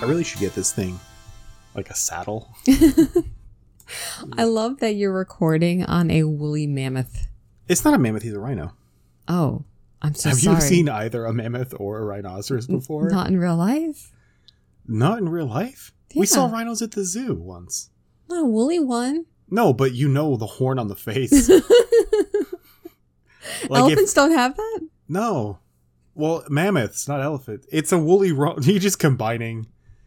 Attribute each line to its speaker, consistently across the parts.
Speaker 1: I really should get this thing like a saddle.
Speaker 2: I love that you're recording on a woolly mammoth.
Speaker 1: It's not a mammoth, he's a rhino.
Speaker 2: Oh, I'm so
Speaker 1: Have
Speaker 2: sorry.
Speaker 1: you seen either a mammoth or a rhinoceros before?
Speaker 2: Not in real life.
Speaker 1: Not in real life. We saw
Speaker 2: Yeah.
Speaker 1: rhinos at the zoo once.
Speaker 2: Not a woolly one.
Speaker 1: No, but you know the horn on the face. like if,
Speaker 2: Elephants don't have that.
Speaker 1: no. Well, mammoths, not elephant. It's a woolly ro- you just combining.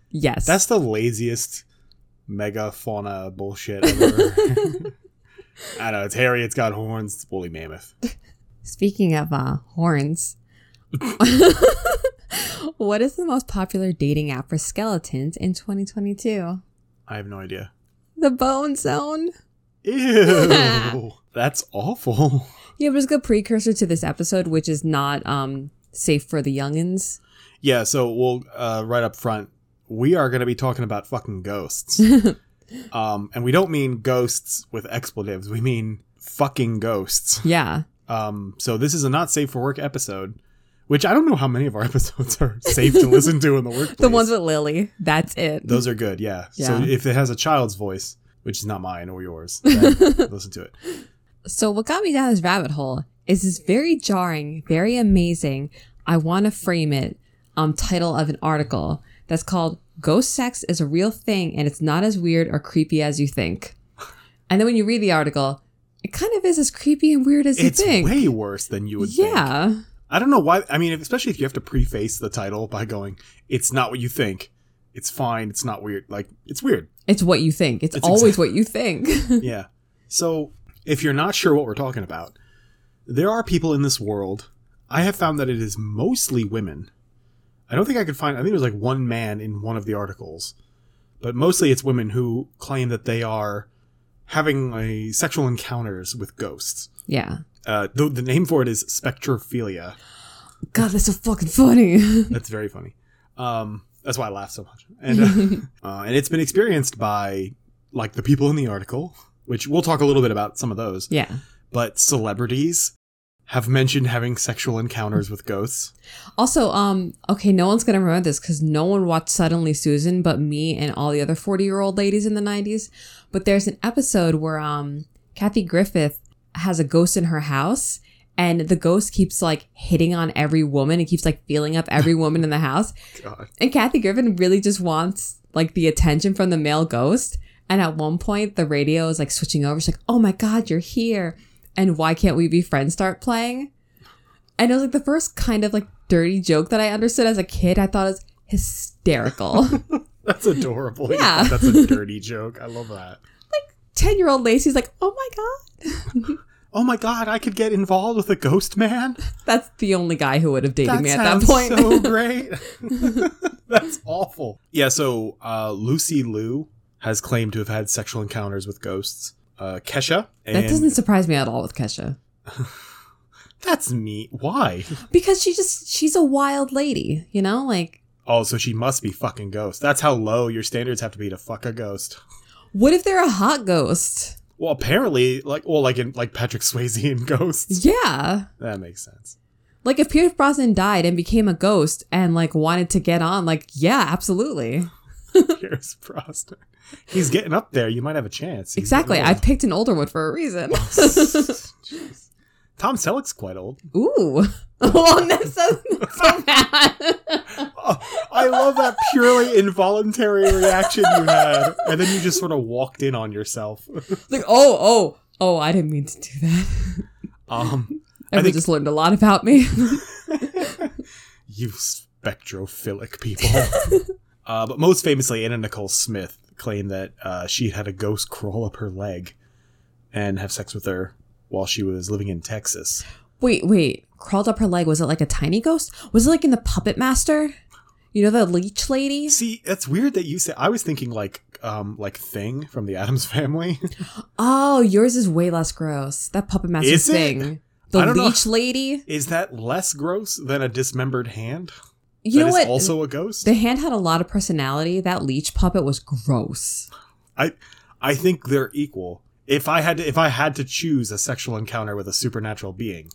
Speaker 2: Yes.
Speaker 1: That's the laziest megafauna bullshit ever. I don't know. It's hairy, it's got horns, it's woolly mammoth.
Speaker 2: Speaking of uh, horns, what is the most popular dating app for skeletons in 2022?
Speaker 1: I have no idea.
Speaker 2: The Bone Zone.
Speaker 1: Ew. that's awful.
Speaker 2: Yeah, but it's a good precursor to this episode, which is not um safe for the youngins.
Speaker 1: Yeah, so we'll uh, right up front, we are going to be talking about fucking ghosts. um, and we don't mean ghosts with expletives. We mean fucking ghosts.
Speaker 2: Yeah.
Speaker 1: Um, so this is a not safe for work episode, which I don't know how many of our episodes are safe to listen to in the workplace.
Speaker 2: The ones with Lily. That's it.
Speaker 1: those are good. Yeah. So
Speaker 2: Yeah.
Speaker 1: if it has a child's voice, which is not mine or yours, then listen to it.
Speaker 2: So what got me down this rabbit hole is this very jarring, very amazing. I want to frame it. Um, title of an article that's called "Ghost Sex is a Real Thing and It's Not as Weird or Creepy as You Think." And then when you read the article, it kind of is as creepy and weird as
Speaker 1: It's
Speaker 2: you think.
Speaker 1: way worse than you would think.
Speaker 2: yeah.
Speaker 1: I don't know why. I mean, if- especially if you have to preface the title by going, "It's not what you think. It's fine. It's not weird. Like it's weird."
Speaker 2: It's what you think. It's,
Speaker 1: It's
Speaker 2: always
Speaker 1: exact-
Speaker 2: what you think.
Speaker 1: yeah. So if you're not sure what we're talking about, there are people in this world. I have found that it is mostly women. I don't think I could find. I think there's like one man in one of the articles, but mostly it's women who claim that they are having a sexual encounters with ghosts.
Speaker 2: yeah.
Speaker 1: Uh, the, the name for it is spectrophilia.
Speaker 2: God, that's so fucking funny.
Speaker 1: That's very funny. Um, that's why I laugh so much. And uh, uh, and it's been experienced by like the people in the article, which we'll talk a little bit about some of those.
Speaker 2: yeah.
Speaker 1: But celebrities have mentioned having sexual encounters with ghosts.
Speaker 2: Also, um, okay, no one's gonna remember this because no one watched Suddenly Susan but me and all the other forty-year-old ladies in the '90s. But there's an episode where um, Kathy Griffith has a ghost in her house, and the ghost keeps like hitting on every woman. It keeps like feeling up every woman in the house,
Speaker 1: God.
Speaker 2: and Kathy Griffin really just wants like the attention from the male ghost. And at one point, the radio is like switching over. She's like, "Oh my god, you're here!" And why can't we be friends? Start playing. And it was like the first kind of like dirty joke that I understood as a kid. I thought it was hysterical.
Speaker 1: That's adorable. You
Speaker 2: Yeah.
Speaker 1: thought That's a dirty joke. I love that.
Speaker 2: Ten year old Lacey's like, "Oh my god,
Speaker 1: Oh my god, I could get involved with a ghost man.
Speaker 2: that's the only guy who would have dated
Speaker 1: That
Speaker 2: me at that
Speaker 1: sounds
Speaker 2: point."
Speaker 1: so great. That's awful. Yeah, so uh, Lucy Liu has claimed to have had sexual encounters with ghosts. Uh, Kesha. And
Speaker 2: that doesn't surprise me at all with Kesha
Speaker 1: That's neat. Why?
Speaker 2: because she just she's a wild lady, you know, like.
Speaker 1: Oh, so she must be fucking ghost. That's how low your standards have to be to fuck a ghost.
Speaker 2: What if they're a hot ghost?
Speaker 1: Well, apparently, like, well, like in like Patrick Swayze in Ghosts.
Speaker 2: Yeah.
Speaker 1: That makes sense.
Speaker 2: Like if Pierce Brosnan died and became a ghost and like wanted to get on, like yeah, absolutely,
Speaker 1: Pierce Brosnan. He's getting up there. You might have a chance. He's
Speaker 2: exactly. I
Speaker 1: getting
Speaker 2: picked an older one for a reason.
Speaker 1: old. Jeez. Tom Selleck's quite old.
Speaker 2: Ooh, well, that's so, so bad.
Speaker 1: Oh, I love that purely involuntary reaction you had, and then you just sort of walked in on yourself.
Speaker 2: like oh oh oh, I didn't mean to do that.
Speaker 1: Um, I
Speaker 2: Everyone
Speaker 1: think-
Speaker 2: just learned a lot about me.
Speaker 1: you spectrophilic people. uh, but most famously, Anna Nicole Smith claimed that uh, she had a ghost crawl up her leg and have sex with her while she was living in Texas.
Speaker 2: wait wait, crawled up her leg. Was it like a tiny ghost? Was it like in the Puppet Master? You know the leech lady?
Speaker 1: See, that's weird that you say. I was thinking like, um, like Thing from the Adams Family.
Speaker 2: Oh, yours is way less gross. That Puppet Master
Speaker 1: Is it?
Speaker 2: thing.
Speaker 1: I
Speaker 2: The
Speaker 1: don't know.
Speaker 2: leech lady.
Speaker 1: Is that less gross than a dismembered hand? that
Speaker 2: You know
Speaker 1: is
Speaker 2: what?
Speaker 1: also a ghost.
Speaker 2: The hand had a lot of personality. That leech puppet was gross.
Speaker 1: I I think they're equal. If I had to, if I had to choose a sexual encounter with a supernatural being,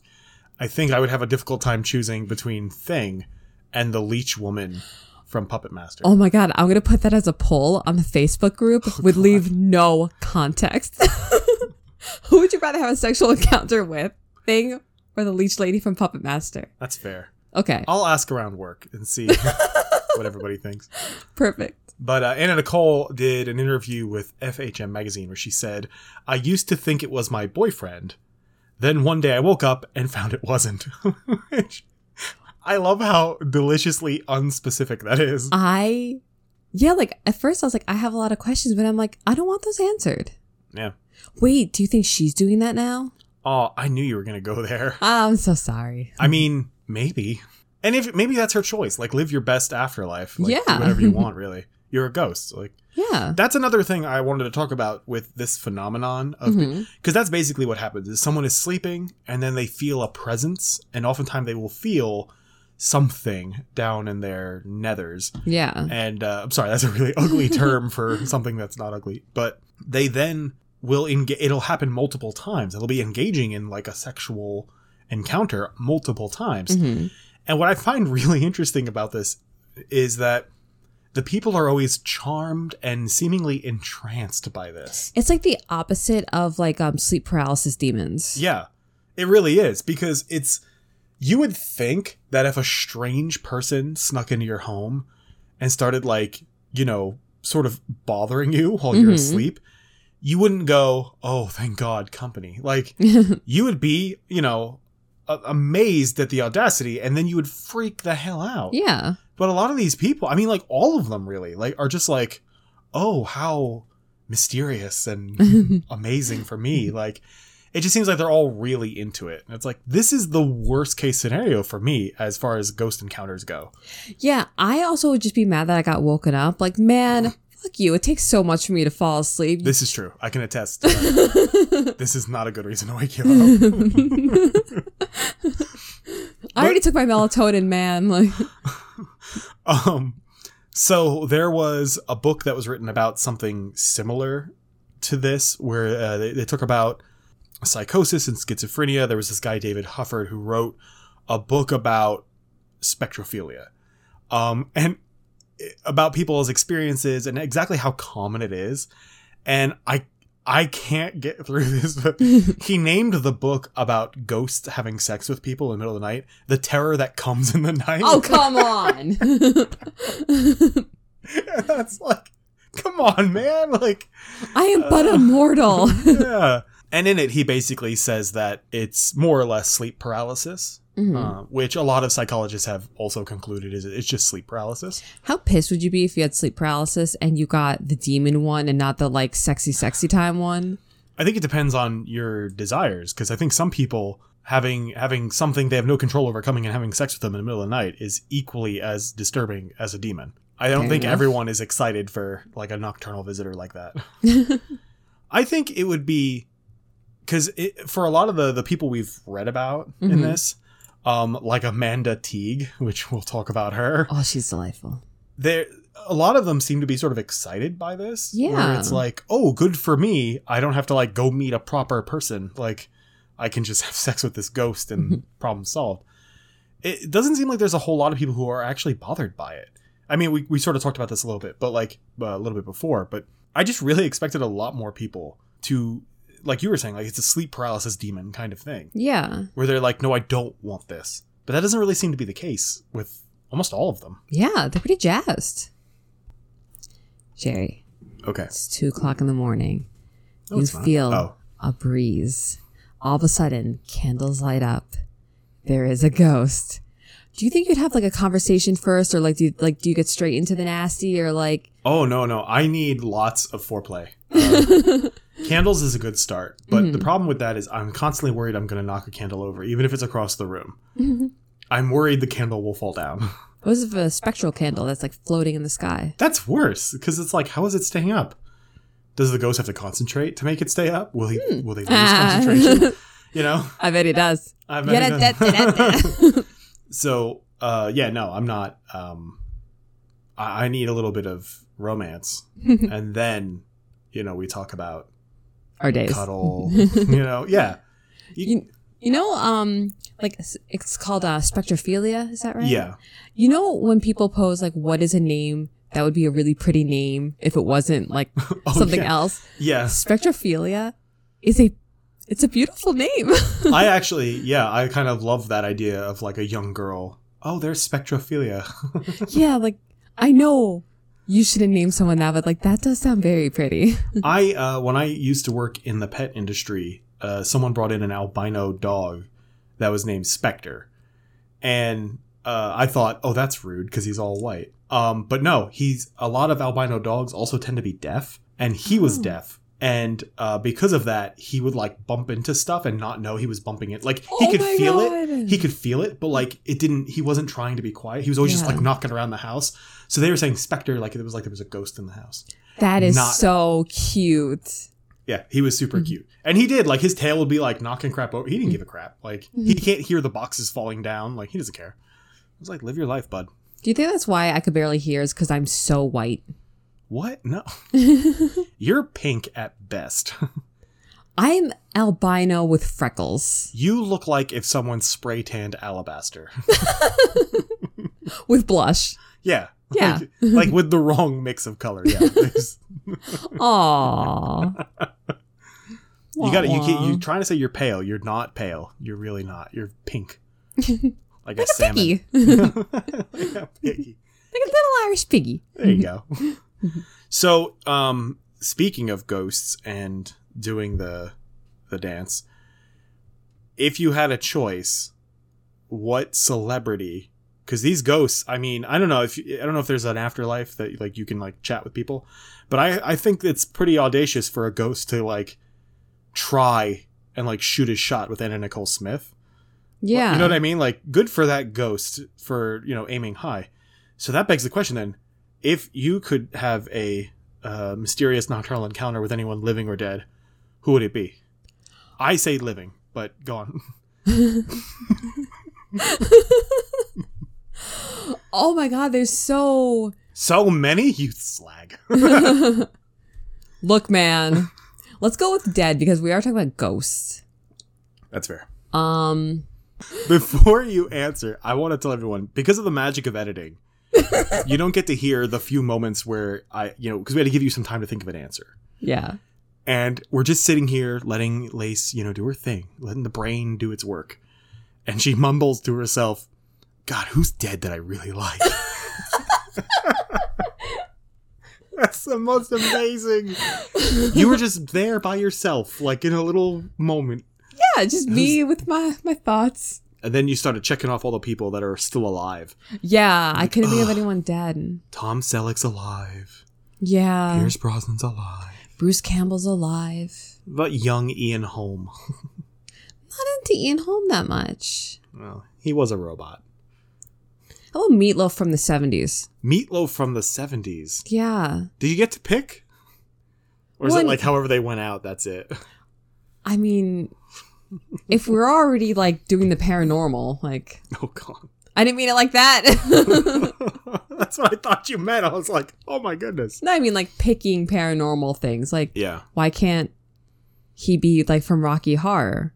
Speaker 1: I think I would have a difficult time choosing between Thing and the Leech Woman from Puppet Master.
Speaker 2: Oh my god, I'm gonna put that as a poll on the Facebook group.
Speaker 1: Oh
Speaker 2: would leave no context. Who would you rather have a sexual encounter with, Thing or the leech lady from Puppet Master?
Speaker 1: That's fair.
Speaker 2: Okay,
Speaker 1: I'll ask around work and see what everybody thinks.
Speaker 2: perfect.
Speaker 1: But uh, Anna Nicole did an interview with FHM magazine where she said, "I used to think it was my boyfriend, then one day I woke up and found it wasn't." Which I love how deliciously unspecific that is.
Speaker 2: I, yeah, like at first I was like, I have a lot of questions, but I'm like, I don't want those answered.
Speaker 1: Yeah.
Speaker 2: Wait, do you think she's doing that now?
Speaker 1: Oh, I knew you were gonna go there.
Speaker 2: Ah, I'm so sorry.
Speaker 1: I mean, maybe. And if maybe that's her choice, like live your best afterlife. Like, do
Speaker 2: Yeah.
Speaker 1: whatever you want, really. You're a ghost. Like
Speaker 2: Yeah.
Speaker 1: that's another thing I wanted to talk about with this phenomenon of
Speaker 2: Mhm.
Speaker 1: because that's basically what happens is someone is sleeping and then they feel a presence and oftentimes they will feel something down in their nethers
Speaker 2: Yeah.
Speaker 1: and uh, i'm sorry that's a really ugly term for something that's not ugly but they then will engage it'll happen multiple times it'll be engaging in like a sexual encounter multiple times
Speaker 2: Mhm.
Speaker 1: and what I find really interesting about this is that the people are always charmed and seemingly entranced by this.
Speaker 2: It's like the opposite of like um sleep paralysis demons.
Speaker 1: Yeah, it really is because it's. You would think that if a strange person snuck into your home and started, like, you know, sort of bothering you while you're
Speaker 2: Mhm.
Speaker 1: asleep, you wouldn't go, oh, thank God, company. Like,
Speaker 2: Hmm.
Speaker 1: you would be, you know, a- amazed at the audacity and then you would freak the hell out.
Speaker 2: yeah.
Speaker 1: But a lot of these people, I mean, like all of them really, like are just like, oh, how mysterious and amazing for me. Like, it just seems like they're all really into it. And it's like, this is the worst case scenario for me as far as ghost encounters go.
Speaker 2: Yeah, I also would just be mad that I got woken up. Like, man, fuck you. It takes so much for me to fall asleep.
Speaker 1: This is true. I can attest. to that. this is not a good reason to wake you up.
Speaker 2: I already took my melatonin, man. Like,
Speaker 1: Um, so there was a book that was written about something similar to this, where uh, they, they talk about psychosis and schizophrenia. There was this guy David Hufford who wrote a book about spectrophilia, um, and about people's experiences and exactly how common it is. And I, I can't get through this. But he named the book about ghosts having sex with people in the middle of the night, "The Terror That Comes in the Night."
Speaker 2: oh, come on.
Speaker 1: And that's like, come on, man. Like,
Speaker 2: I am but a mortal.
Speaker 1: yeah. And in it, he basically says that it's more or less sleep paralysis,
Speaker 2: Mhm.
Speaker 1: uh, which a lot of psychologists have also concluded is it's just sleep paralysis.
Speaker 2: How pissed would you be if you had sleep paralysis and you got the demon one and not the like sexy, sexy time one?
Speaker 1: I think it depends on your desires, because I think some people having having something they have no control over coming and having sex with them in the middle of the night is equally as disturbing as a demon. I don't
Speaker 2: Fair
Speaker 1: think
Speaker 2: enough.
Speaker 1: everyone is excited for like a nocturnal visitor like that. I think it would be because for a lot of the the people we've read about in
Speaker 2: Mhm.
Speaker 1: this, um, like Amanda Teague, which we'll talk about her,
Speaker 2: oh, she's delightful.
Speaker 1: there a lot of them seem to be sort of excited by this. where
Speaker 2: Yeah.
Speaker 1: it's like, oh, good for me. I don't have to like go meet a proper person. Like, I can just have sex with this ghost
Speaker 2: Mm-hmm.
Speaker 1: and problem solved. It doesn't seem like there's a whole lot of people who are actually bothered by it. I mean, we, we sort of talked about this a little bit, but like uh, a little bit before, but I just really expected a lot more people to, like you were saying, like it's a sleep paralysis demon kind of thing
Speaker 2: Yeah.
Speaker 1: where they're like, no, I don't want this. But that doesn't really seem to be the case with almost all of them.
Speaker 2: Yeah, they're pretty jazzed. Jerry,
Speaker 1: Okay.
Speaker 2: it's two o'clock in the morning.
Speaker 1: No,
Speaker 2: you
Speaker 1: it's not.
Speaker 2: feel
Speaker 1: Oh.
Speaker 2: a breeze. All of a sudden, candles light up. There is a ghost. Do you think you'd have like a conversation first, or like do you, like do you get straight into the nasty, or like
Speaker 1: Oh no, no, I need lots of foreplay. Uh, candles is a good start, but the problem with that is I'm constantly worried I'm going to knock a candle over, even if it's across the room. I'm worried the candle will fall down.
Speaker 2: what is it, a spectral candle that's like floating in the sky?
Speaker 1: That's worse because it's like, how is it staying up? Does the ghost have to concentrate to make it stay up? Will he? Will they lose
Speaker 2: Ah.
Speaker 1: concentration? You know.
Speaker 2: I bet it does.
Speaker 1: I bet
Speaker 2: Yeah,
Speaker 1: it
Speaker 2: that-
Speaker 1: does.
Speaker 2: that- that-
Speaker 1: so uh, yeah, no, I'm not. Um, I, I need a little bit of romance, and then you know we talk about
Speaker 2: Our days.
Speaker 1: cuddle. you know, yeah. You,
Speaker 2: You, You know, um, like it's called uh, spectrophilia. Is that right?
Speaker 1: Yeah.
Speaker 2: You know when people pose like, what is a name that would be a really pretty name if it wasn't like
Speaker 1: Oh,
Speaker 2: something
Speaker 1: yeah.
Speaker 2: else?
Speaker 1: Yes.
Speaker 2: Spectrophilia is a, it's a beautiful name.
Speaker 1: I actually, yeah, I kind of love that idea of like a young girl. Oh, there's spectrophilia.
Speaker 2: yeah, like I know you shouldn't name someone that, but like that does sound very pretty.
Speaker 1: I uh, when I used to work in the pet industry, uh, someone brought in an albino dog that was named Spectre, and uh, I thought, oh, that's rude because he's all white. Um, but no, he's a lot of albino dogs also tend to be deaf, and he was
Speaker 2: Oh.
Speaker 1: deaf. And uh, because of that, he would like bump into stuff and not know he was bumping it. Like he
Speaker 2: Oh
Speaker 1: could
Speaker 2: my
Speaker 1: feel it,
Speaker 2: God.
Speaker 1: he could feel it, but like it didn't. He wasn't trying to be quiet. He was always just
Speaker 2: Yeah.
Speaker 1: like knocking around the house. So they were saying Spectre, like it was like there was a ghost in the house.
Speaker 2: that is
Speaker 1: not-
Speaker 2: so cute.
Speaker 1: Yeah, he was super
Speaker 2: Mhm.
Speaker 1: cute. And he did, like his tail would be like knocking crap over. He didn't give a crap. Like he
Speaker 2: Mhm.
Speaker 1: can't hear the boxes falling down. Like he doesn't care. I was like, live your life, bud.
Speaker 2: Do you think that's why I could barely hear? Is because I'm so white.
Speaker 1: What? No. You're pink at best.
Speaker 2: I'm albino with freckles,
Speaker 1: You look like if someone spray tanned alabaster.
Speaker 2: with blush.
Speaker 1: Yeah.
Speaker 2: Yeah.
Speaker 1: Like, like with the wrong mix of color. Yeah. There's-
Speaker 2: Aww.
Speaker 1: you got You can't, you're trying to say you're pale. You're not pale. You're really not. You're pink. Like, a, salmon.
Speaker 2: piggy. like
Speaker 1: Yeah, piggy.
Speaker 2: a little Irish piggy.
Speaker 1: There you go. so, um, speaking of ghosts and doing the the dance, if you had a choice, what celebrity? Because these ghosts, I mean, I don't know if I don't know if there's an afterlife that like you can like chat with people, but I I think it's pretty audacious for a ghost to like try and like shoot his shot with Anna Nicole Smith.
Speaker 2: Yeah.
Speaker 1: You know what I mean? Like, good for that ghost for, you know, aiming high. So that begs the question then if you could have a uh, mysterious nocturnal encounter with anyone living or dead, who would it be? I say living, but go on.
Speaker 2: oh my god, there's so
Speaker 1: So many? You slag.
Speaker 2: Look, man. Let's go with dead because we are talking about ghosts.
Speaker 1: That's fair.
Speaker 2: Um
Speaker 1: Before you answer, I want to tell everyone because of the magic of editing, you don't get to hear the few moments where I, you know, because we had to give you some time to think of an answer.
Speaker 2: yeah.
Speaker 1: and we're just sitting here letting lace you know do her thing letting the brain do its work and she mumbles to herself god who's dead that i really like that's the most amazing you were just there by yourself like in a little moment
Speaker 2: Yeah, just me with my my thoughts.
Speaker 1: and then you started checking off all the people that are still alive
Speaker 2: Yeah, I couldn't think of
Speaker 1: Ugh.
Speaker 2: anyone dead.
Speaker 1: tom selleck's alive
Speaker 2: Yeah.
Speaker 1: pierce brosnan's alive
Speaker 2: Bruce Campbell's alive.
Speaker 1: but young ian holm
Speaker 2: Not into Ian Holm that much.
Speaker 1: well he was a robot
Speaker 2: How about Meatloaf from the 70s?
Speaker 1: meatloaf from the 70s
Speaker 2: Yeah.
Speaker 1: Did you get to pick? Or is
Speaker 2: One-
Speaker 1: it like however they went out, that's it?
Speaker 2: I mean, if we're already like doing the paranormal, like
Speaker 1: Oh god.
Speaker 2: I didn't mean it like that.
Speaker 1: that's what I thought you meant. I was like, oh my goodness.
Speaker 2: no, I mean like picking paranormal things. Like
Speaker 1: Yeah.
Speaker 2: why can't he be like from Rocky Horror?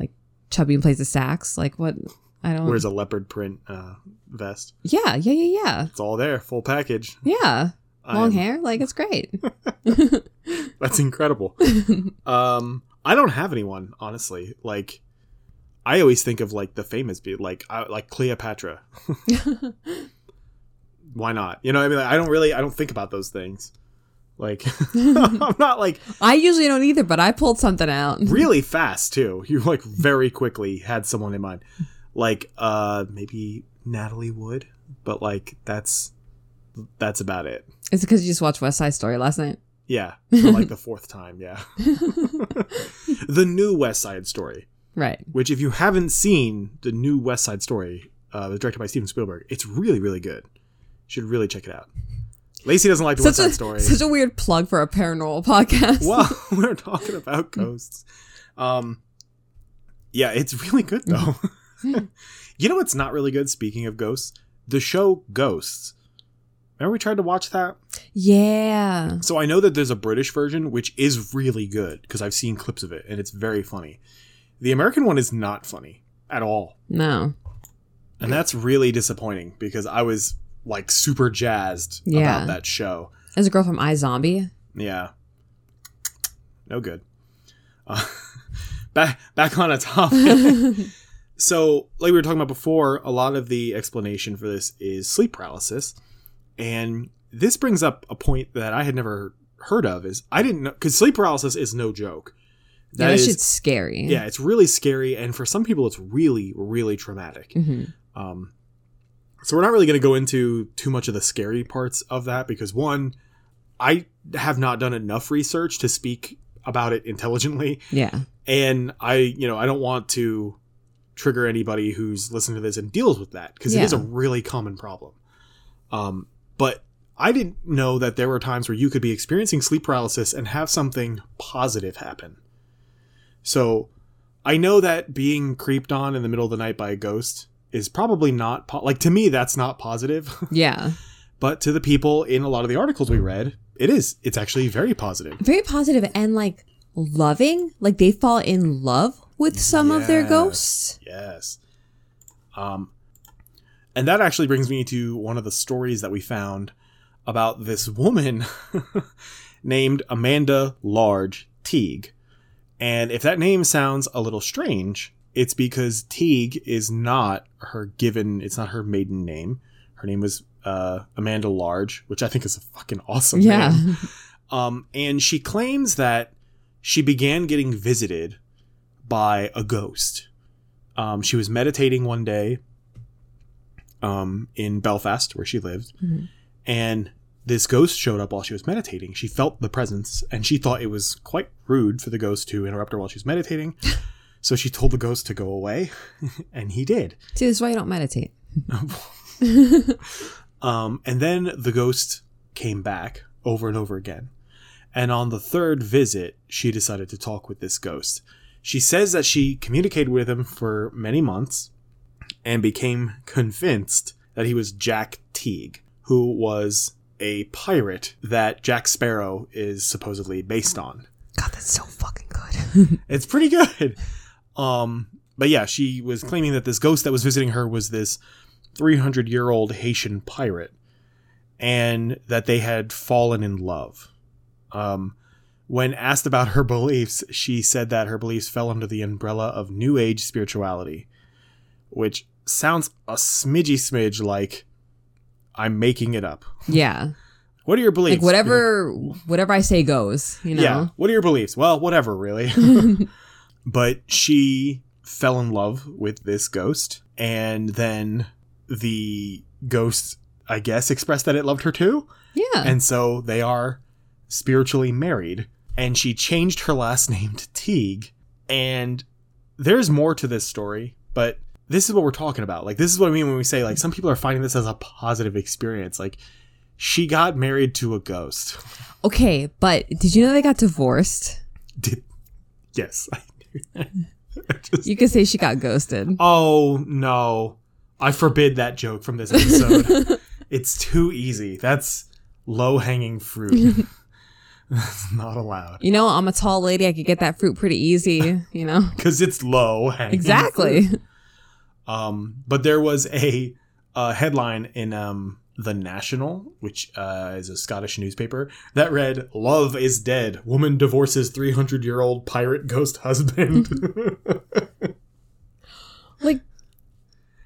Speaker 2: Like Chubby and plays the sax? Like what I don't
Speaker 1: Wears a leopard print uh, vest.
Speaker 2: Yeah, yeah, yeah, yeah.
Speaker 1: It's all there, full package.
Speaker 2: Yeah.
Speaker 1: I
Speaker 2: Long
Speaker 1: am-
Speaker 2: hair, like it's great.
Speaker 1: That's incredible. um, I don't have anyone, honestly. Like, I always think of like the famous, be like I, like Cleopatra. Why not? You know, what I mean, like, I don't really, I don't think about those things. Like, I'm not like
Speaker 2: I usually don't either, but I pulled something out.
Speaker 1: really fast too. You like very quickly had someone in mind, like uh maybe Natalie Wood, but like that's that's about it.
Speaker 2: It's because you just watched West Side Story last night.
Speaker 1: Yeah, for like the fourth time. Yeah, the new West Side Story,
Speaker 2: Right.
Speaker 1: which if you haven't seen the new West Side Story, uh, was directed by Steven Spielberg. It's really really good. You should really check it out. Lacey doesn't like the West
Speaker 2: Such
Speaker 1: Side
Speaker 2: a,
Speaker 1: Story.
Speaker 2: such a weird plug for a paranormal podcast.
Speaker 1: well, we're talking about ghosts. Um, yeah, it's really good though. you know what's not really good? Speaking of ghosts, the show Ghosts. Remember we tried to watch that?
Speaker 2: Yeah.
Speaker 1: So I know that there's a British version which is really good because I've seen clips of it and it's very funny. The American one is not funny at all.
Speaker 2: No.
Speaker 1: And that's really disappointing because I was like super jazzed
Speaker 2: Yeah.
Speaker 1: about that show.
Speaker 2: As a girl from iZombie.
Speaker 1: Yeah. No good. Uh, back back on a topic.
Speaker 2: yeah.
Speaker 1: so, like we were talking about before, a lot of the explanation for this is sleep paralysis. And this brings up a point that I had never heard of is I didn't know cuz sleep paralysis is no joke.
Speaker 2: That
Speaker 1: is-
Speaker 2: shit's scary.
Speaker 1: yeah, it's really scary and for some people it's really really traumatic.
Speaker 2: hmm
Speaker 1: Um, so we're not really going to go into too much of the scary parts of that because one, I have not done enough research to speak about it intelligently,
Speaker 2: Yeah.
Speaker 1: and I, you know, I don't want to trigger anybody who's listening to this and deals with that because it is a
Speaker 2: Yeah.
Speaker 1: really common problem. Um, but I didn't know that there were times where you could be experiencing sleep paralysis and have something positive happen. So I know that being creeped on in the middle of the night by a ghost is probably not po- like to me that's not positive,
Speaker 2: Yeah.
Speaker 1: but to the people in a lot of the articles we read, it is. It's actually very positive.
Speaker 2: Very positive and like loving. Like they fall in love with some of their
Speaker 1: Yes.
Speaker 2: ghosts.
Speaker 1: Yes. Um, and that actually brings me to one of the stories that we found about this woman named Amanda Large Teague. And if that name sounds a little strange, it's because Teague is not her given, it's not her maiden name. Her name was uh, Amanda Large, which I think is a fucking awesome
Speaker 2: yeah.
Speaker 1: name. Um, and she claims that she began getting visited by a ghost. Um, she was meditating one day um, in Belfast, where she lived,
Speaker 2: Mhm.
Speaker 1: and this ghost showed up while she was meditating. She felt the presence, and she thought it was quite rude for the ghost to interrupt her while she was meditating. so she told the ghost to go away, and he did.
Speaker 2: See, this is why you don't meditate.
Speaker 1: Um, and then the ghost came back over and over again. And on the third visit, she decided to talk with this ghost. She says that she communicated with him for many months and became convinced that he was Jack Teague, who was a pirate that Jack Sparrow is supposedly based on.
Speaker 2: God, that's so fucking good.
Speaker 1: It's pretty good. Um, but yeah, she was claiming that this ghost that was visiting her was this 300 year old Haitian pirate and that they had fallen in love. Um, when asked about her beliefs, she said that her beliefs fell under the umbrella of New Age spirituality, which sounds a smidgy smidge like I'm making it up.
Speaker 2: yeah.
Speaker 1: What are your beliefs?
Speaker 2: Like whatever whatever I say goes, you
Speaker 1: Yeah.
Speaker 2: know.
Speaker 1: What are your beliefs? Well, whatever, really. but she fell in love with this ghost and then the ghost i guess expressed that it loved her too
Speaker 2: Yeah.
Speaker 1: and so they are spiritually married and she changed her last name to teague and there's more to this story but this is what we're talking about like this is what i mean when we say like some people are finding this as a positive experience like she got married to a ghost
Speaker 2: okay, but did you know they got divorced?
Speaker 1: did yes
Speaker 2: You could say she got ghosted.
Speaker 1: Oh no. I forbid that joke from this episode. it's too easy. That's low hanging fruit. That's not allowed.
Speaker 2: You know, I'm a tall lady. I could get that fruit pretty easy, you know?
Speaker 1: Because it's low hanging. fruit.
Speaker 2: Exactly.
Speaker 1: Um, but there was a, uh headline in um, The National, which uh, is a Scottish newspaper, that read Love is Dead. Woman divorces 300 year old pirate ghost husband.
Speaker 2: Like,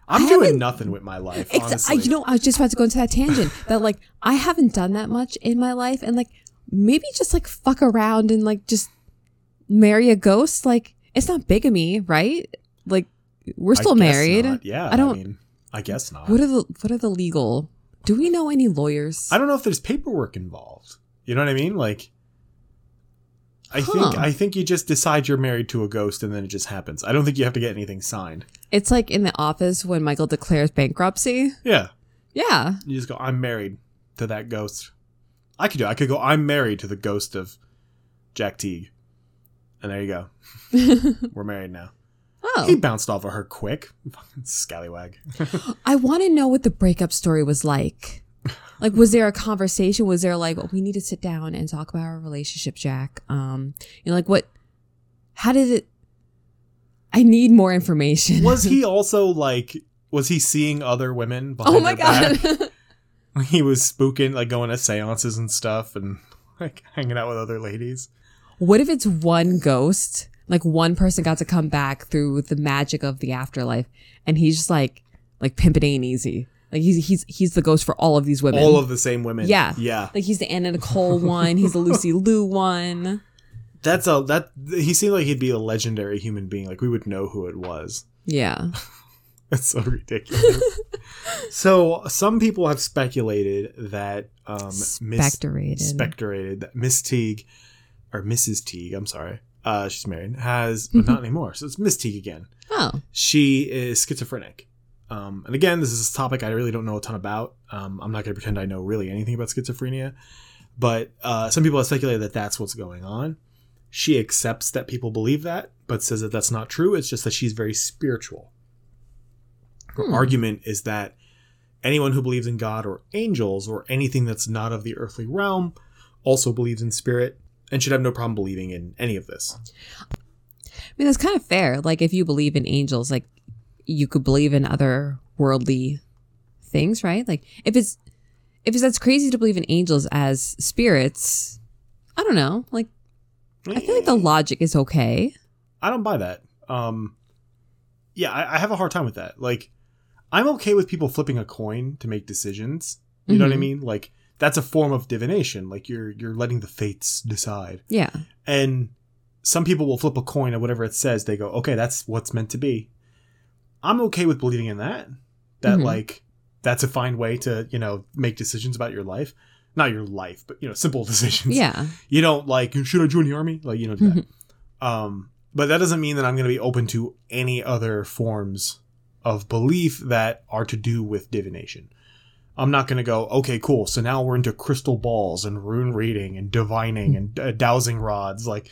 Speaker 1: I'm
Speaker 2: I
Speaker 1: doing
Speaker 2: haven't-
Speaker 1: nothing with my life,
Speaker 2: ex- I,
Speaker 1: honestly.
Speaker 2: you know, I was just about to go into that tangent that, like, I haven't done that much in my life. And, like, maybe just, like, fuck around and, like, just marry a ghost. Like, it's not bigamy, right? Like, we're
Speaker 1: I
Speaker 2: still
Speaker 1: guess
Speaker 2: married.
Speaker 1: not. Yeah,
Speaker 2: I don't.
Speaker 1: mean, I guess not.
Speaker 2: what are the What are the legal? Do we know any lawyers?
Speaker 1: I don't know if there's paperwork involved. You know what I mean? Like, I think
Speaker 2: Huh.
Speaker 1: I think you just decide you're married to a ghost, and then it just happens. I don't think you have to get anything signed.
Speaker 2: It's like in the office when Michael declares bankruptcy.
Speaker 1: Yeah,
Speaker 2: Yeah.
Speaker 1: you just go. I'm married to that ghost. I could do. it. I could go. I'm married to the ghost of Jack Teague, and there you go. We're married now. He
Speaker 2: Oh,
Speaker 1: bounced off of her quick, Fucking scallywag.
Speaker 2: I want to know what the breakup story was like. Like, was there a conversation? Was there like, we need to sit down and talk about our relationship, Jack? Um, you know, like what? How did it? I need more information.
Speaker 1: Was he also like? Was he seeing other women? Behind
Speaker 2: oh my
Speaker 1: their back?
Speaker 2: god.
Speaker 1: He was spooking, like going to seances and stuff, and like hanging out with other ladies.
Speaker 2: what if it's one ghost? Like one person got to come back through the magic of the afterlife and he's just like like pimping ain't easy. Like he's he's he's the ghost for all of these women.
Speaker 1: All of the same women.
Speaker 2: Yeah.
Speaker 1: yeah.
Speaker 2: like he's the Anna Nicole one, he's the Lucy Lou one.
Speaker 1: That's a that he seemed like he'd be a legendary human being. Like we would know who it was.
Speaker 2: Yeah.
Speaker 1: That's so ridiculous. so some people have speculated that um, Miss
Speaker 2: Spectorated.
Speaker 1: spectorated that Miss Teague or Mrs. Teague. I'm sorry, uh, she's married. Has
Speaker 2: Mm-hmm.
Speaker 1: but not anymore. So it's Miss Teague again.
Speaker 2: oh.
Speaker 1: She is schizophrenic. Um, and again, this is a topic I really don't know a ton about. Um, I'm not going to pretend I know really anything about schizophrenia, but uh, some people have speculated that that's what's going on. She accepts that people believe that, but says that that's not true. It's just that she's very spiritual. Her
Speaker 2: Hmm.
Speaker 1: argument is that anyone who believes in God or angels or anything that's not of the earthly realm also believes in spirit and should have no problem believing in any of this.
Speaker 2: I mean, that's kind of fair. Like, if you believe in angels, like, you could believe in other worldly things, right? Like, if it's if it's that's crazy to believe in angels as spirits, I don't know. Like, I feel like the logic is okay.
Speaker 1: I don't buy that. Um, yeah, I, I have a hard time with that. Like, I'm okay with people flipping a coin to make decisions. You know what I
Speaker 2: Mhm.
Speaker 1: mean? Like, that's a form of divination. Like, you're you're letting the fates decide.
Speaker 2: Yeah,
Speaker 1: And some people will flip a coin and whatever it says, they go, okay, that's what's meant to be. I'm okay with believing in that. That
Speaker 2: Mhm.
Speaker 1: like that's a fine way to you know make decisions about your life, not your life, but you know simple decisions
Speaker 2: yeah.
Speaker 1: you don't like should i join the army like you don't do that um but that doesn't mean that i'm going to be open to any other forms of belief that are to do with divination i'm not going to go okay cool so now we're into crystal balls and rune reading and divining and uh, dowsing rods like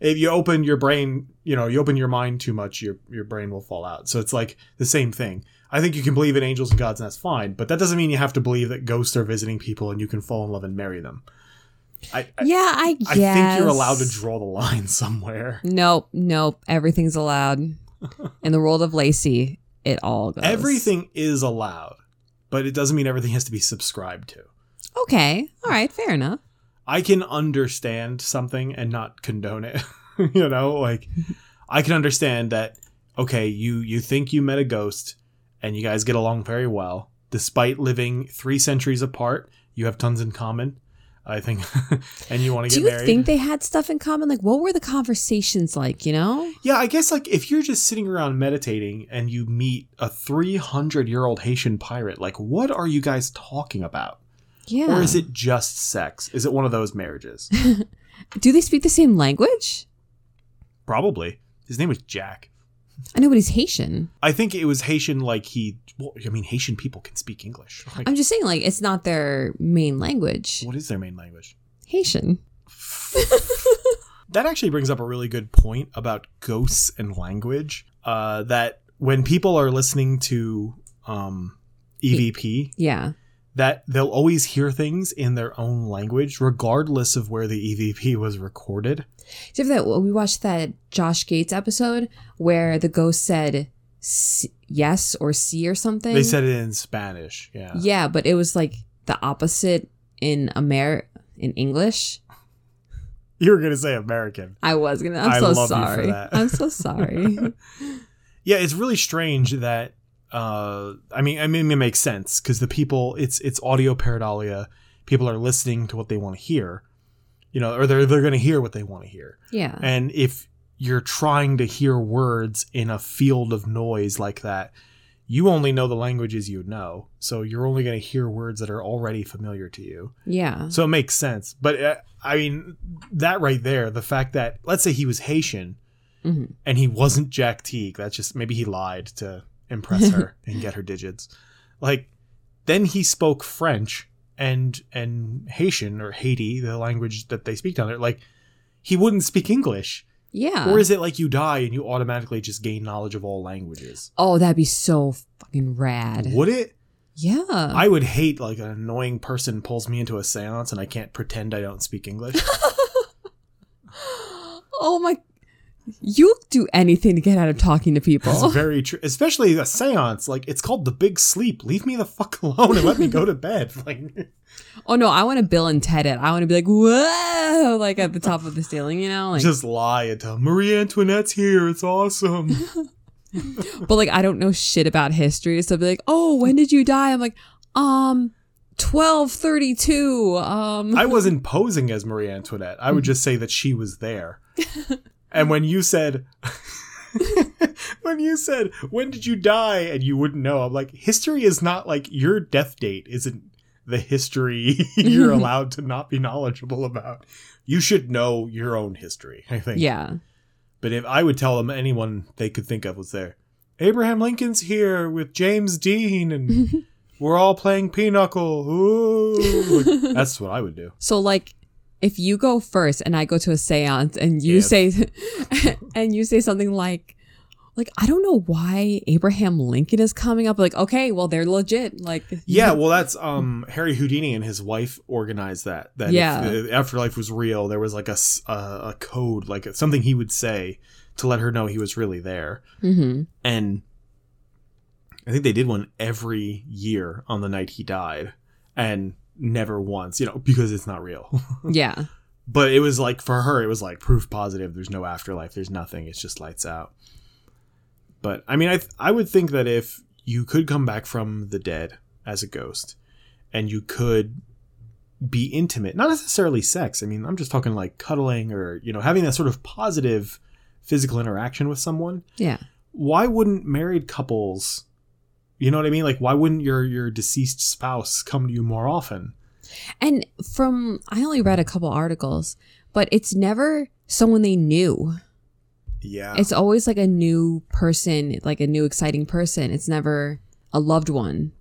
Speaker 1: if you open your brain you know you open your mind too much your your brain will fall out so it's like the same thing i think you can believe in angels and gods and that's fine but that doesn't mean you have to believe that ghosts are visiting people and you can fall in love and marry them I, I-
Speaker 2: yeah, I
Speaker 1: I
Speaker 2: guess.
Speaker 1: think you're allowed to draw the line somewhere.
Speaker 2: Nope, nope. Everything's allowed in the world of Lacey. It all goes.
Speaker 1: Everything is allowed, but it doesn't mean everything has to be subscribed to.
Speaker 2: Okay. All right. Fair enough.
Speaker 1: I can understand something and not condone it. you know, like I can understand that okay, you you think you met a ghost and you guys get along very well despite living 3 centuries apart. You have tons in common. I think and you want to
Speaker 2: Do
Speaker 1: get
Speaker 2: you
Speaker 1: married.
Speaker 2: think they had stuff in common? Like, what were the conversations like? You know?
Speaker 1: Yeah, I guess like if you're just sitting around meditating and you meet a 300 year old Haitian pirate, like what are you guys talking about?
Speaker 2: Yeah.
Speaker 1: Or is it just sex? Is it one of those marriages?
Speaker 2: Do they speak the same language?
Speaker 1: Probably. His name was Jack.
Speaker 2: I know, but he's Haitian.
Speaker 1: I think it was Haitian, like he, well, I mean, Haitian people can speak English. Like,
Speaker 2: I'm just saying, like, it's not their main language.
Speaker 1: what is their main language?
Speaker 2: Haitian.
Speaker 1: That actually brings up a really good point about ghosts and language. Uh, that when people are listening to um, EVP,
Speaker 2: Yeah.
Speaker 1: that they'll always hear things in their own language, regardless of where the EVP was recorded.
Speaker 2: Except for that, we watched that Josh Gates episode where the ghost said s- yes or C or something.
Speaker 1: They said it in Spanish. Yeah.
Speaker 2: Yeah, but it was like the opposite in Amer in English.
Speaker 1: You were going to say American.
Speaker 2: I was gonna. I'm
Speaker 1: I
Speaker 2: so
Speaker 1: love you for
Speaker 2: sorry.
Speaker 1: that.
Speaker 2: I'm so sorry.
Speaker 1: Yeah, it's really strange that. Uh, I mean, I mean, it makes sense because the people, it's it's audio pareidolia. People are listening to what they want to hear, you know, or they're they're going to hear what they want to hear.
Speaker 2: yeah.
Speaker 1: And if you're trying to hear words in a field of noise like that, you only know the languages you know. So you're only going to hear words that are already familiar to you.
Speaker 2: Yeah.
Speaker 1: So it makes sense. But uh, I mean, that right there, the fact that, let's say he was Haitian
Speaker 2: Mhm.
Speaker 1: and he wasn't Jack Teague, that's just maybe he lied to impress her and get her digits. Like, then he spoke French and and Haitian or Haiti, the language that they speak down there. Like, he wouldn't speak English.
Speaker 2: Yeah.
Speaker 1: Or is it like you die and you automatically just gain knowledge of all languages?
Speaker 2: oh, that'd be so fucking rad.
Speaker 1: Would it?
Speaker 2: Yeah.
Speaker 1: I would hate like an annoying person pulls me into a seance and I can't pretend I don't speak English.
Speaker 2: oh my You'll do anything to get out of talking to
Speaker 1: It's
Speaker 2: people.
Speaker 1: very true, especially a séance. Like it's called the Big Sleep. Leave me the fuck alone and let me go to bed. Like
Speaker 2: Oh no, I want to Bill and Ted it. I want to be like, whoa, like at the top of the ceiling, you know? Like,
Speaker 1: just lie and tell 'em, Marie Antoinette's here. It's awesome.
Speaker 2: but like, I don't know shit about history. So I'll be like, oh, when did you die? I'm like, um, 1232. Um,
Speaker 1: I wasn't posing as Marie Antoinette. I would just say that she was there. and when you said, when you said, when did you die? And you wouldn't know, I'm like, history is not like your death date isn't the history you're allowed to not be knowledgeable about. You should know your own history, I think.
Speaker 2: yeah.
Speaker 1: But if I would tell them anyone they could think of was there, Abraham Lincoln's here with James Dean and. We're all playing pinochle. Ooh. That's what I would do.
Speaker 2: So like if you go first and I go to a séance and you
Speaker 1: Yes.
Speaker 2: say and you say something like like I don't know why Abraham Lincoln is coming up like okay, well they're legit like
Speaker 1: Yeah, well, that's um Harry Houdini and his wife organized that. That if
Speaker 2: Yeah.
Speaker 1: the afterlife was real, there was like a s- a- a code, like something he would say to let her know he was really there.
Speaker 2: Mhm.
Speaker 1: And I think they did one every year on the night he died, and never once, you know, because it's not real.
Speaker 2: Yeah.
Speaker 1: but it was like for her, it was like proof positive. There's no afterlife. There's nothing. It's just lights out. But I mean, I th- I would think that if you could come back from the dead as a ghost, and you could be intimate, not necessarily sex. I mean, I'm just talking like cuddling or you know having that sort of positive physical interaction with someone.
Speaker 2: Yeah.
Speaker 1: Why wouldn't married couples? You know what I mean? Like, why wouldn't your your deceased spouse come to you more often?
Speaker 2: And from I only read a couple articles, but it's never someone they knew.
Speaker 1: Yeah,
Speaker 2: It's always like a new person, like a new exciting person. It's never a loved one,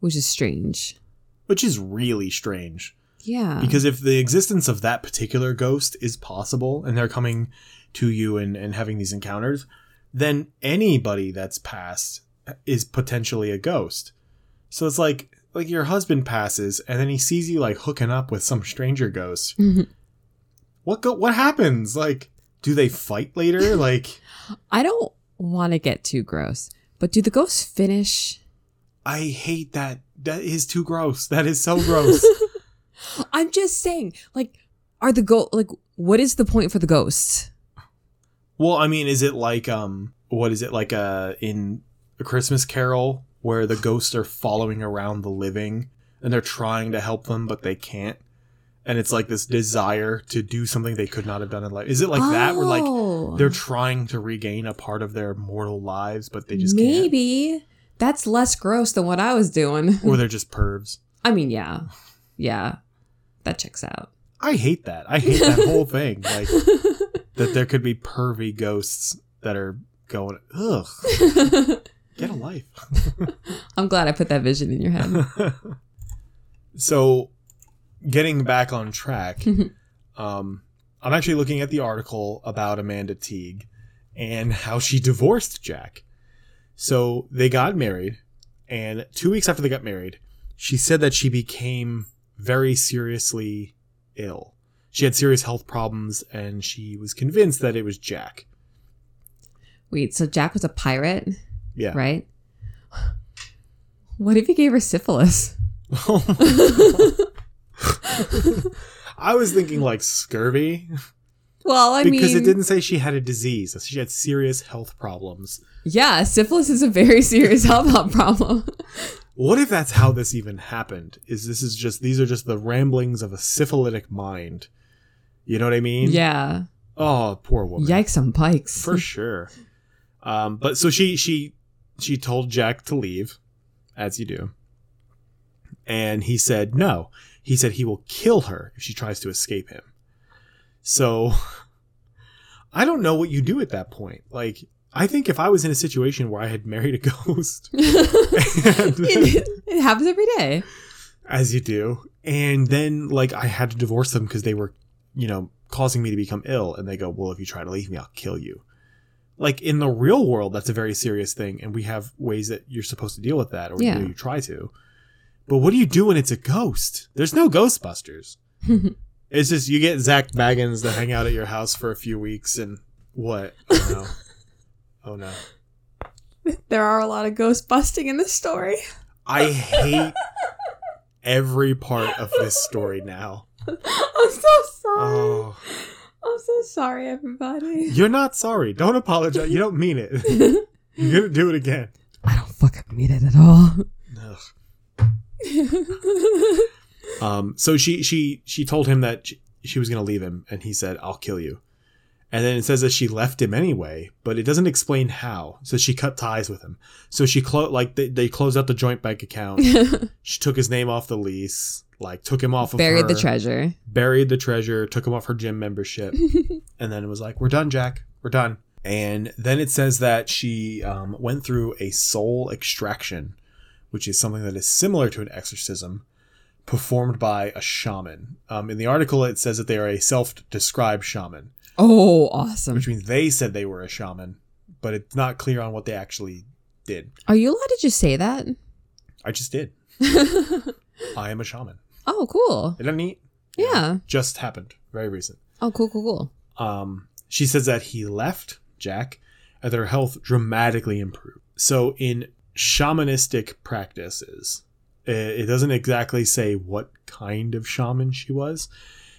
Speaker 2: which is strange.
Speaker 1: which is really strange.
Speaker 2: Yeah.
Speaker 1: Because if the existence of that particular ghost is possible and they're coming to you and, and having these encounters, then anybody that's passed is potentially a ghost. So it's like like your husband passes and then he sees you like hooking up with some stranger ghost.
Speaker 2: Mm-hmm.
Speaker 1: What go- what happens? Like do they fight later? Like
Speaker 2: I don't want to get too gross, but do the ghosts finish?
Speaker 1: I hate that. That is too gross. That is so gross.
Speaker 2: I'm just saying, like, are the go like what is the point for the ghosts?
Speaker 1: Well, I mean, is it like um what is it like uh in a Christmas Carol where the ghosts are following around the living and they're trying to help them but they can't? And it's like this desire to do something they could not have done in life. Is it like that where like
Speaker 2: Oh,
Speaker 1: they're trying to regain a part of their mortal lives but they just
Speaker 2: maybe that's less gross than what I was doing.
Speaker 1: can't? Or they're just pervs.
Speaker 2: I mean, yeah, yeah, that checks out.
Speaker 1: I hate that. I hate that whole thing. Like that there could be pervy ghosts that are going, ugh, get a life.
Speaker 2: I'm glad I put that vision in your head.
Speaker 1: so getting back on track um, i'm actually looking at the article about amanda teague and how she divorced jack so they got married and two weeks after they got married she said that she became very seriously ill she had serious health problems and she was convinced that it was jack
Speaker 2: Wait, so Jack was a pirate,
Speaker 1: yeah
Speaker 2: right? What if he gave her syphilis?
Speaker 1: i was thinking like scurvy
Speaker 2: Well, I
Speaker 1: because
Speaker 2: mean,
Speaker 1: it didn't say she had a disease. She had serious health problems.
Speaker 2: yeah, syphilis is a very serious health problem.
Speaker 1: What if that's how this even happened? Is this is just these are just the ramblings of a syphilitic mind? You know what I mean?
Speaker 2: Yeah.
Speaker 1: Oh, poor woman.
Speaker 2: Yikes on pikes.
Speaker 1: For sure. Um, but so she she she told Jack to leave, as you do. And he said no. He said he will kill her if she tries to escape him. So I don't know what you do at that point. Like I think if I was in a situation where I had married a ghost, and-
Speaker 2: it, it happens every day.
Speaker 1: as you do, and then like I had to divorce them because they were, you know, causing me to become ill, and they go, "Well, if you try to leave me, I'll kill you." Like in the real world, that's a very serious thing, and we have ways that you're supposed to deal with that, or you
Speaker 2: Yeah.
Speaker 1: know, you try to. But what do you do when it's a ghost? There's no Ghostbusters. it's just you get Zach Baggins to hang out at your house for a few weeks and What? Oh no. oh no.
Speaker 2: There are a lot of ghost busting in this story.
Speaker 1: I hate every part of this story now.
Speaker 2: I'm so sorry.
Speaker 1: Oh.
Speaker 2: I'm so sorry, everybody.
Speaker 1: You're not sorry. Don't apologize. You don't mean it. You're gonna do it again.
Speaker 2: I don't fucking mean it at all.
Speaker 1: Ugh. Um, so she she she told him that she, she was going to leave him, and he said, "I'll kill you." And then it says that she left him anyway, but it doesn't explain how. So she cut ties with him. So she clo- like they, they closed out the joint bank account. she took his name off the lease, like took him off of
Speaker 2: Buried the
Speaker 1: her,
Speaker 2: treasure.
Speaker 1: buried the treasure, took him off her gym membership, and then it was like, "We're done, Jack. We're done." And then it says that she um, went through a soul extraction, which is something that is similar to an exorcism performed by a shaman. Um, in the article, it says that they are a self-described shaman,
Speaker 2: Oh, awesome.
Speaker 1: which means they said they were a shaman, but it's not clear on what they actually did.
Speaker 2: Are you allowed to just say that?
Speaker 1: I just did. I am a shaman.
Speaker 2: oh, cool.
Speaker 1: Isn't that neat?
Speaker 2: Yeah.
Speaker 1: Just happened. Very recent.
Speaker 2: Oh, cool, cool, cool.
Speaker 1: Um, she says that he left Jack, and their health dramatically improved. So, in shamanistic practices, i- it doesn't exactly say what kind of shaman she was.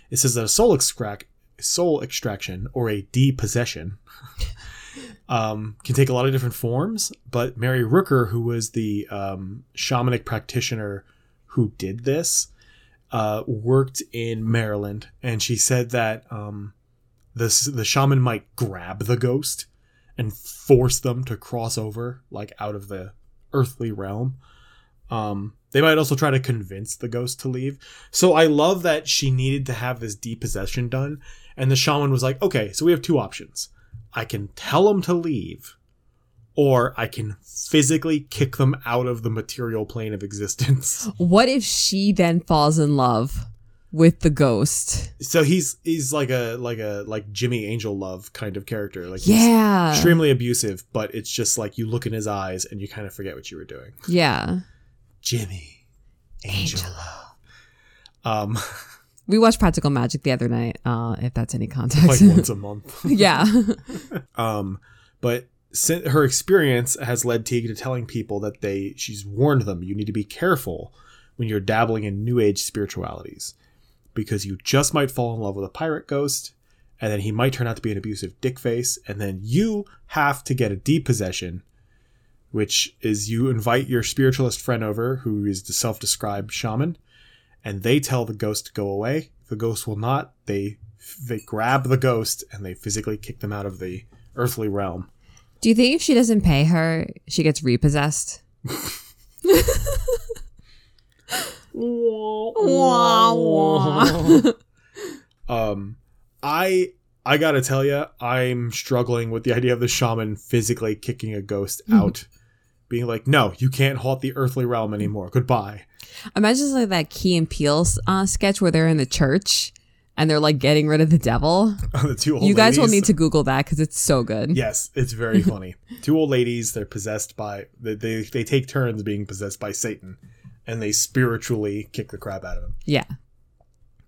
Speaker 1: It says that a soul extract, soul extraction, or a depossession, um, can take a lot of different forms. But Mary Rooker, who was the um, shamanic practitioner who did this, uh, worked in Maryland, and she said that. Um, the the shaman might grab the ghost and force them to cross over like out of the earthly realm um they might also try to convince the ghost to leave so i love that she needed to have this depossession done and the shaman was like okay so we have two options i can tell them to leave or i can physically kick them out of the material plane of existence
Speaker 2: What if she then falls in love with the ghost?
Speaker 1: so he's he's like a like a like jimmy angel love kind of character like he's-
Speaker 2: Yeah.
Speaker 1: extremely abusive, but it's just like you look in his eyes and you kind of forget what you were doing.
Speaker 2: Yeah.
Speaker 1: Jimmy, Angela. Um,
Speaker 2: We watched Practical Magic the other night, uh, if that's any
Speaker 1: like
Speaker 2: context.
Speaker 1: once a month.
Speaker 2: yeah.
Speaker 1: Um, but sin- her experience has led Teague to telling people that they she's warned them you need to be careful when you're dabbling in new age spiritualities because you just might fall in love with a pirate ghost and then he might turn out to be an abusive dick face and then you have to get a depossession which is you invite your spiritualist friend over who is the self-described shaman and they tell the ghost to go away the ghost will not they they grab the ghost and they physically kick them out of the earthly realm
Speaker 2: Do you think if she doesn't pay her, she gets repossessed? Wah, wah.
Speaker 1: um i i gotta tell you i'm struggling with the idea of the shaman physically kicking a ghost out being like no you can't haunt the earthly realm anymore goodbye
Speaker 2: Imagine it's like that Key and Peele uh, sketch where they're in the church and they're like getting rid of the devil.
Speaker 1: the two old
Speaker 2: you guys will
Speaker 1: ladies-
Speaker 2: need to Google that because it's so good.
Speaker 1: yes it's very funny two old ladies they're possessed by they, they they take turns being possessed by satan and they spiritually kick the crap out of him
Speaker 2: Yeah.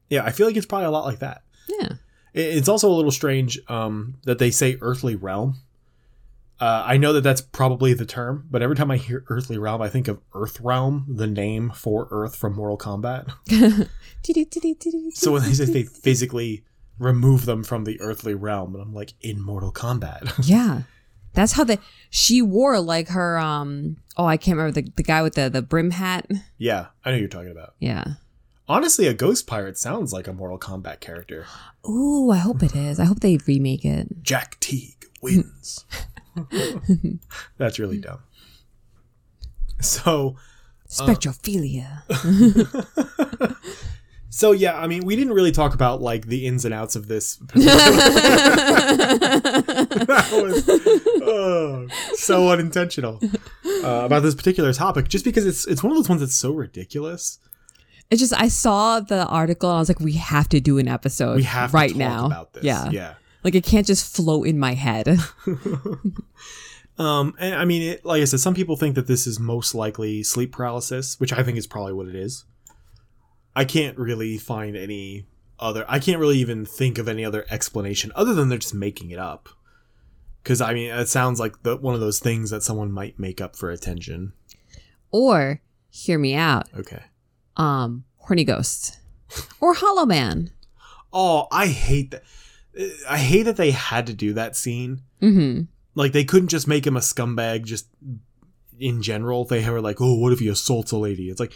Speaker 1: yeah i feel like it's probably a lot like that
Speaker 2: Yeah.
Speaker 1: It- It's also a little strange um, that they say earthly realm. Uh, I know that that's probably the term, but every time I hear earthly realm, I think of Earth Realm, the name for Earth from Mortal Kombat. So when they say they physically remove them from the earthly realm, and I'm like, in Mortal Kombat.
Speaker 2: Yeah. That's how the she wore like her um oh I can't remember the, the guy with the, the brim hat.
Speaker 1: yeah, I know you're talking about.
Speaker 2: Yeah.
Speaker 1: Honestly, a ghost pirate sounds like a Mortal Kombat character.
Speaker 2: Ooh, I hope it is. I hope they remake it.
Speaker 1: Jack Teague wins. that's really dumb. So. Uh,
Speaker 2: Spectrophilia.
Speaker 1: So yeah, I mean, we didn't really talk about like the ins and outs of this. that was oh, so unintentional uh, about this particular topic, just because it's it's one of those ones that's so ridiculous.
Speaker 2: It's just I saw the article and I was like, we have to do an episode
Speaker 1: We have
Speaker 2: right
Speaker 1: to talk
Speaker 2: now.
Speaker 1: about this.
Speaker 2: Yeah.
Speaker 1: yeah.
Speaker 2: Like it can't just float in my head.
Speaker 1: Um, and I mean, it, like I said, some people think that this is most likely sleep paralysis, which I think is probably what it is. I can't really find any other. I can't really even think of any other explanation other than they're just making it up. Because I mean, it sounds like the, one of those things that someone might make up for attention.
Speaker 2: Or hear me out,
Speaker 1: Okay.
Speaker 2: um, horny ghost or Hollow Man.
Speaker 1: Oh, I hate that. I hate that they had to do that scene.
Speaker 2: Mm-hmm.
Speaker 1: Like they couldn't just make him a scumbag. Just in general, they were like, "Oh, what if he assaults a lady?" It's like,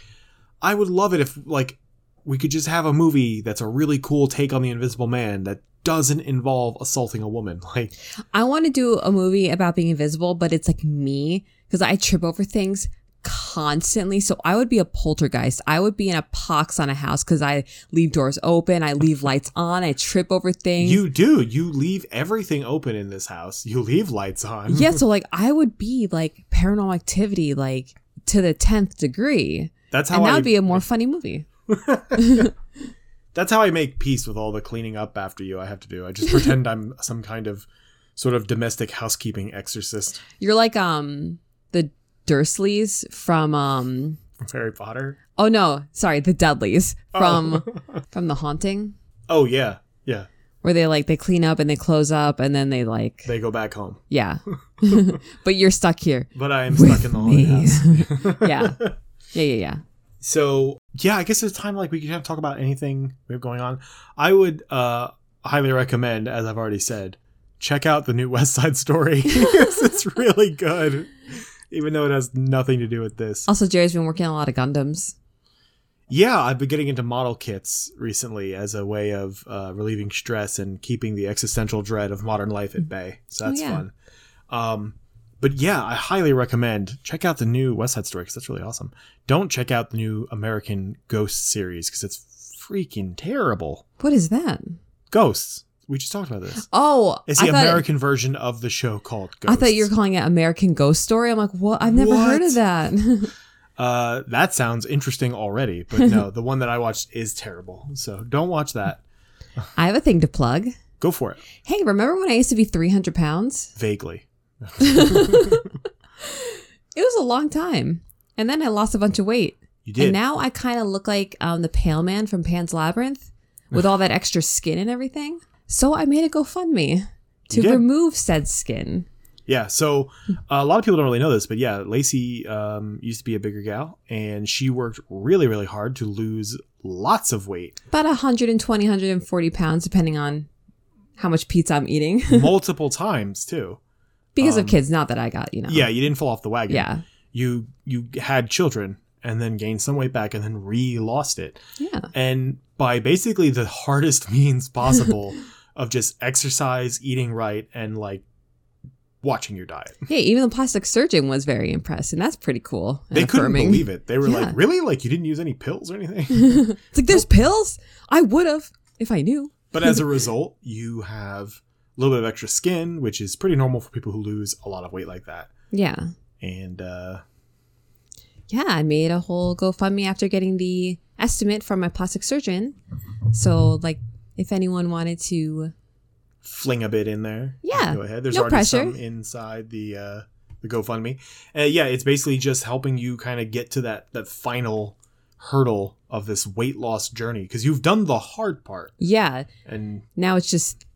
Speaker 1: I would love it if like we could just have a movie that's a really cool take on the Invisible Man that doesn't involve assaulting a woman. Like,
Speaker 2: I want to do a movie about being invisible, but it's like me because I trip over things constantly. So I would be a poltergeist. I would be in a pox on a house because I leave doors open, I leave lights on, I trip over things.
Speaker 1: You do. You leave everything open in this house. You leave lights on.
Speaker 2: yeah, so like I would be like paranormal activity, like to the 10th degree.
Speaker 1: That's how
Speaker 2: And that
Speaker 1: I
Speaker 2: would be a more funny movie.
Speaker 1: That's how I make peace with all the cleaning up after you I have to do. I just pretend I'm some kind of sort of domestic housekeeping exorcist.
Speaker 2: You're like um the Dursleys from um
Speaker 1: from Harry Potter.
Speaker 2: oh no, sorry, the Dudleys
Speaker 1: Oh.
Speaker 2: from from The Haunting.
Speaker 1: Oh yeah. Yeah.
Speaker 2: where they like they clean up and they close up and then they like
Speaker 1: They go back home.
Speaker 2: yeah but you're stuck here
Speaker 1: But I am stuck in the haunted house.
Speaker 2: yeah yeah yeah yeah
Speaker 1: So yeah, I guess it's time like we can talk about anything we have going on. I would uh highly recommend, as I've already said, check out the new West Side Story. 'Cause it's really good, even though it has nothing to do with this.
Speaker 2: also jerry's been working on a lot of gundams
Speaker 1: Yeah, I've been getting into model kits recently as a way of uh, relieving stress and keeping the existential dread of modern life at bay. So
Speaker 2: Oh,
Speaker 1: that's
Speaker 2: yeah.
Speaker 1: fun. Um, but yeah, I highly recommend check out the new West Side Story because that's really awesome. Don't check out the new American Ghost series because it's freaking terrible.
Speaker 2: what is that
Speaker 1: Ghosts. We just talked about this.
Speaker 2: oh
Speaker 1: It's the
Speaker 2: I, thought,
Speaker 1: American version of the show called
Speaker 2: I
Speaker 1: Ghosts.
Speaker 2: thought you were calling it american ghost story i'm like what i've never heard
Speaker 1: What?
Speaker 2: of that
Speaker 1: Uh, that sounds interesting already, but no, the one that I watched is terrible. So don't watch that.
Speaker 2: i have a thing to plug
Speaker 1: Go for it.
Speaker 2: hey remember when i used to be 300 pounds
Speaker 1: Vaguely.
Speaker 2: it was a long time and then i lost a bunch of weight
Speaker 1: You did.
Speaker 2: and now i kind of look like um, the pale man from pan's labyrinth with all that extra skin and everything so i made a gofundme
Speaker 1: You
Speaker 2: to
Speaker 1: did.
Speaker 2: remove said skin
Speaker 1: Yeah. So uh, a lot of people don't really know this, but yeah, Lacey um, used to be a bigger gal, and she worked really, really hard to lose lots of weight,
Speaker 2: about 120 140 pounds depending on how much pizza i'm eating
Speaker 1: multiple times too.
Speaker 2: because
Speaker 1: Um,
Speaker 2: of kids not that i got you know
Speaker 1: Yeah, you didn't fall off the wagon.
Speaker 2: yeah
Speaker 1: You you had children, and then gained some weight back, and then re lost it,
Speaker 2: yeah
Speaker 1: and by basically the hardest means possible of just exercise, eating right, and like watching your diet.
Speaker 2: hey even the plastic surgeon was very impressed and that's pretty cool and
Speaker 1: They couldn't
Speaker 2: affirming.
Speaker 1: believe it. They were
Speaker 2: Yeah.
Speaker 1: like, "Really? Like you didn't use any pills or anything?"
Speaker 2: it's like there's pills i would have if i knew
Speaker 1: But as a result, you have a little bit of extra skin, which is pretty normal for people who lose a lot of weight like that.
Speaker 2: yeah
Speaker 1: And uh,
Speaker 2: yeah i made a whole gofundme after getting the estimate from my plastic surgeon so like if anyone wanted to
Speaker 1: fling a bit in there.
Speaker 2: Yeah,
Speaker 1: go ahead. There's
Speaker 2: no
Speaker 1: already
Speaker 2: pressure.
Speaker 1: some inside the uh, the GoFundMe. Uh, yeah, it's basically just helping you kind of get to that that final hurdle of this weight loss journey because you've done the hard part
Speaker 2: yeah
Speaker 1: and
Speaker 2: now it's just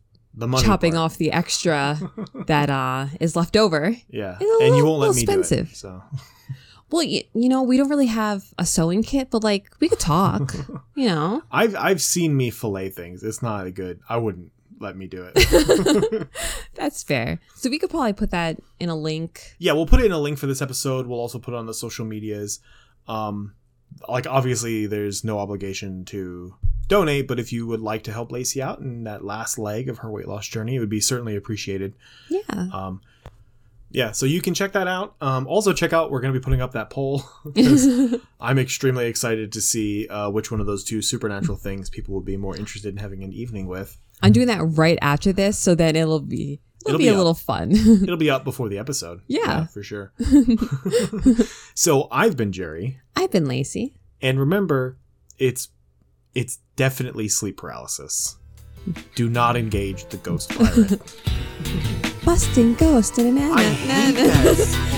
Speaker 1: the money
Speaker 2: chopping
Speaker 1: part.
Speaker 2: off the extra that uh is left over
Speaker 1: Yeah,
Speaker 2: a
Speaker 1: and you
Speaker 2: little-
Speaker 1: won't let
Speaker 2: little
Speaker 1: me do
Speaker 2: expensive.
Speaker 1: it. So
Speaker 2: Well, you, you know, we don't really have a sewing kit, but like we could talk, you know.
Speaker 1: I've I've seen me fillet things. It's not good. I wouldn't let me do it.
Speaker 2: That's fair. So we could probably put that in a link.
Speaker 1: yeah we'll put it in a link for this episode we'll also put it on the social medias um like obviously there's no obligation to donate but if you would like to help lacey out in that last leg of her weight loss journey it would be certainly appreciated
Speaker 2: Yeah.
Speaker 1: um yeah so you can check that out um also check out we're going to be putting up that poll 'cause i'm extremely excited to see uh, which one of those two supernatural things people would be more interested in having an evening with
Speaker 2: I'm doing that right after this so that it'll be it'll,
Speaker 1: It'll
Speaker 2: be,
Speaker 1: be
Speaker 2: a
Speaker 1: up.
Speaker 2: little fun.
Speaker 1: it'll be up before the episode
Speaker 2: Yeah.
Speaker 1: for sure so i've been jerry
Speaker 2: I've been lazy.
Speaker 1: And remember, it's it's definitely sleep paralysis. Do not engage the ghost pirate.
Speaker 2: Busting ghost in an
Speaker 1: I hate that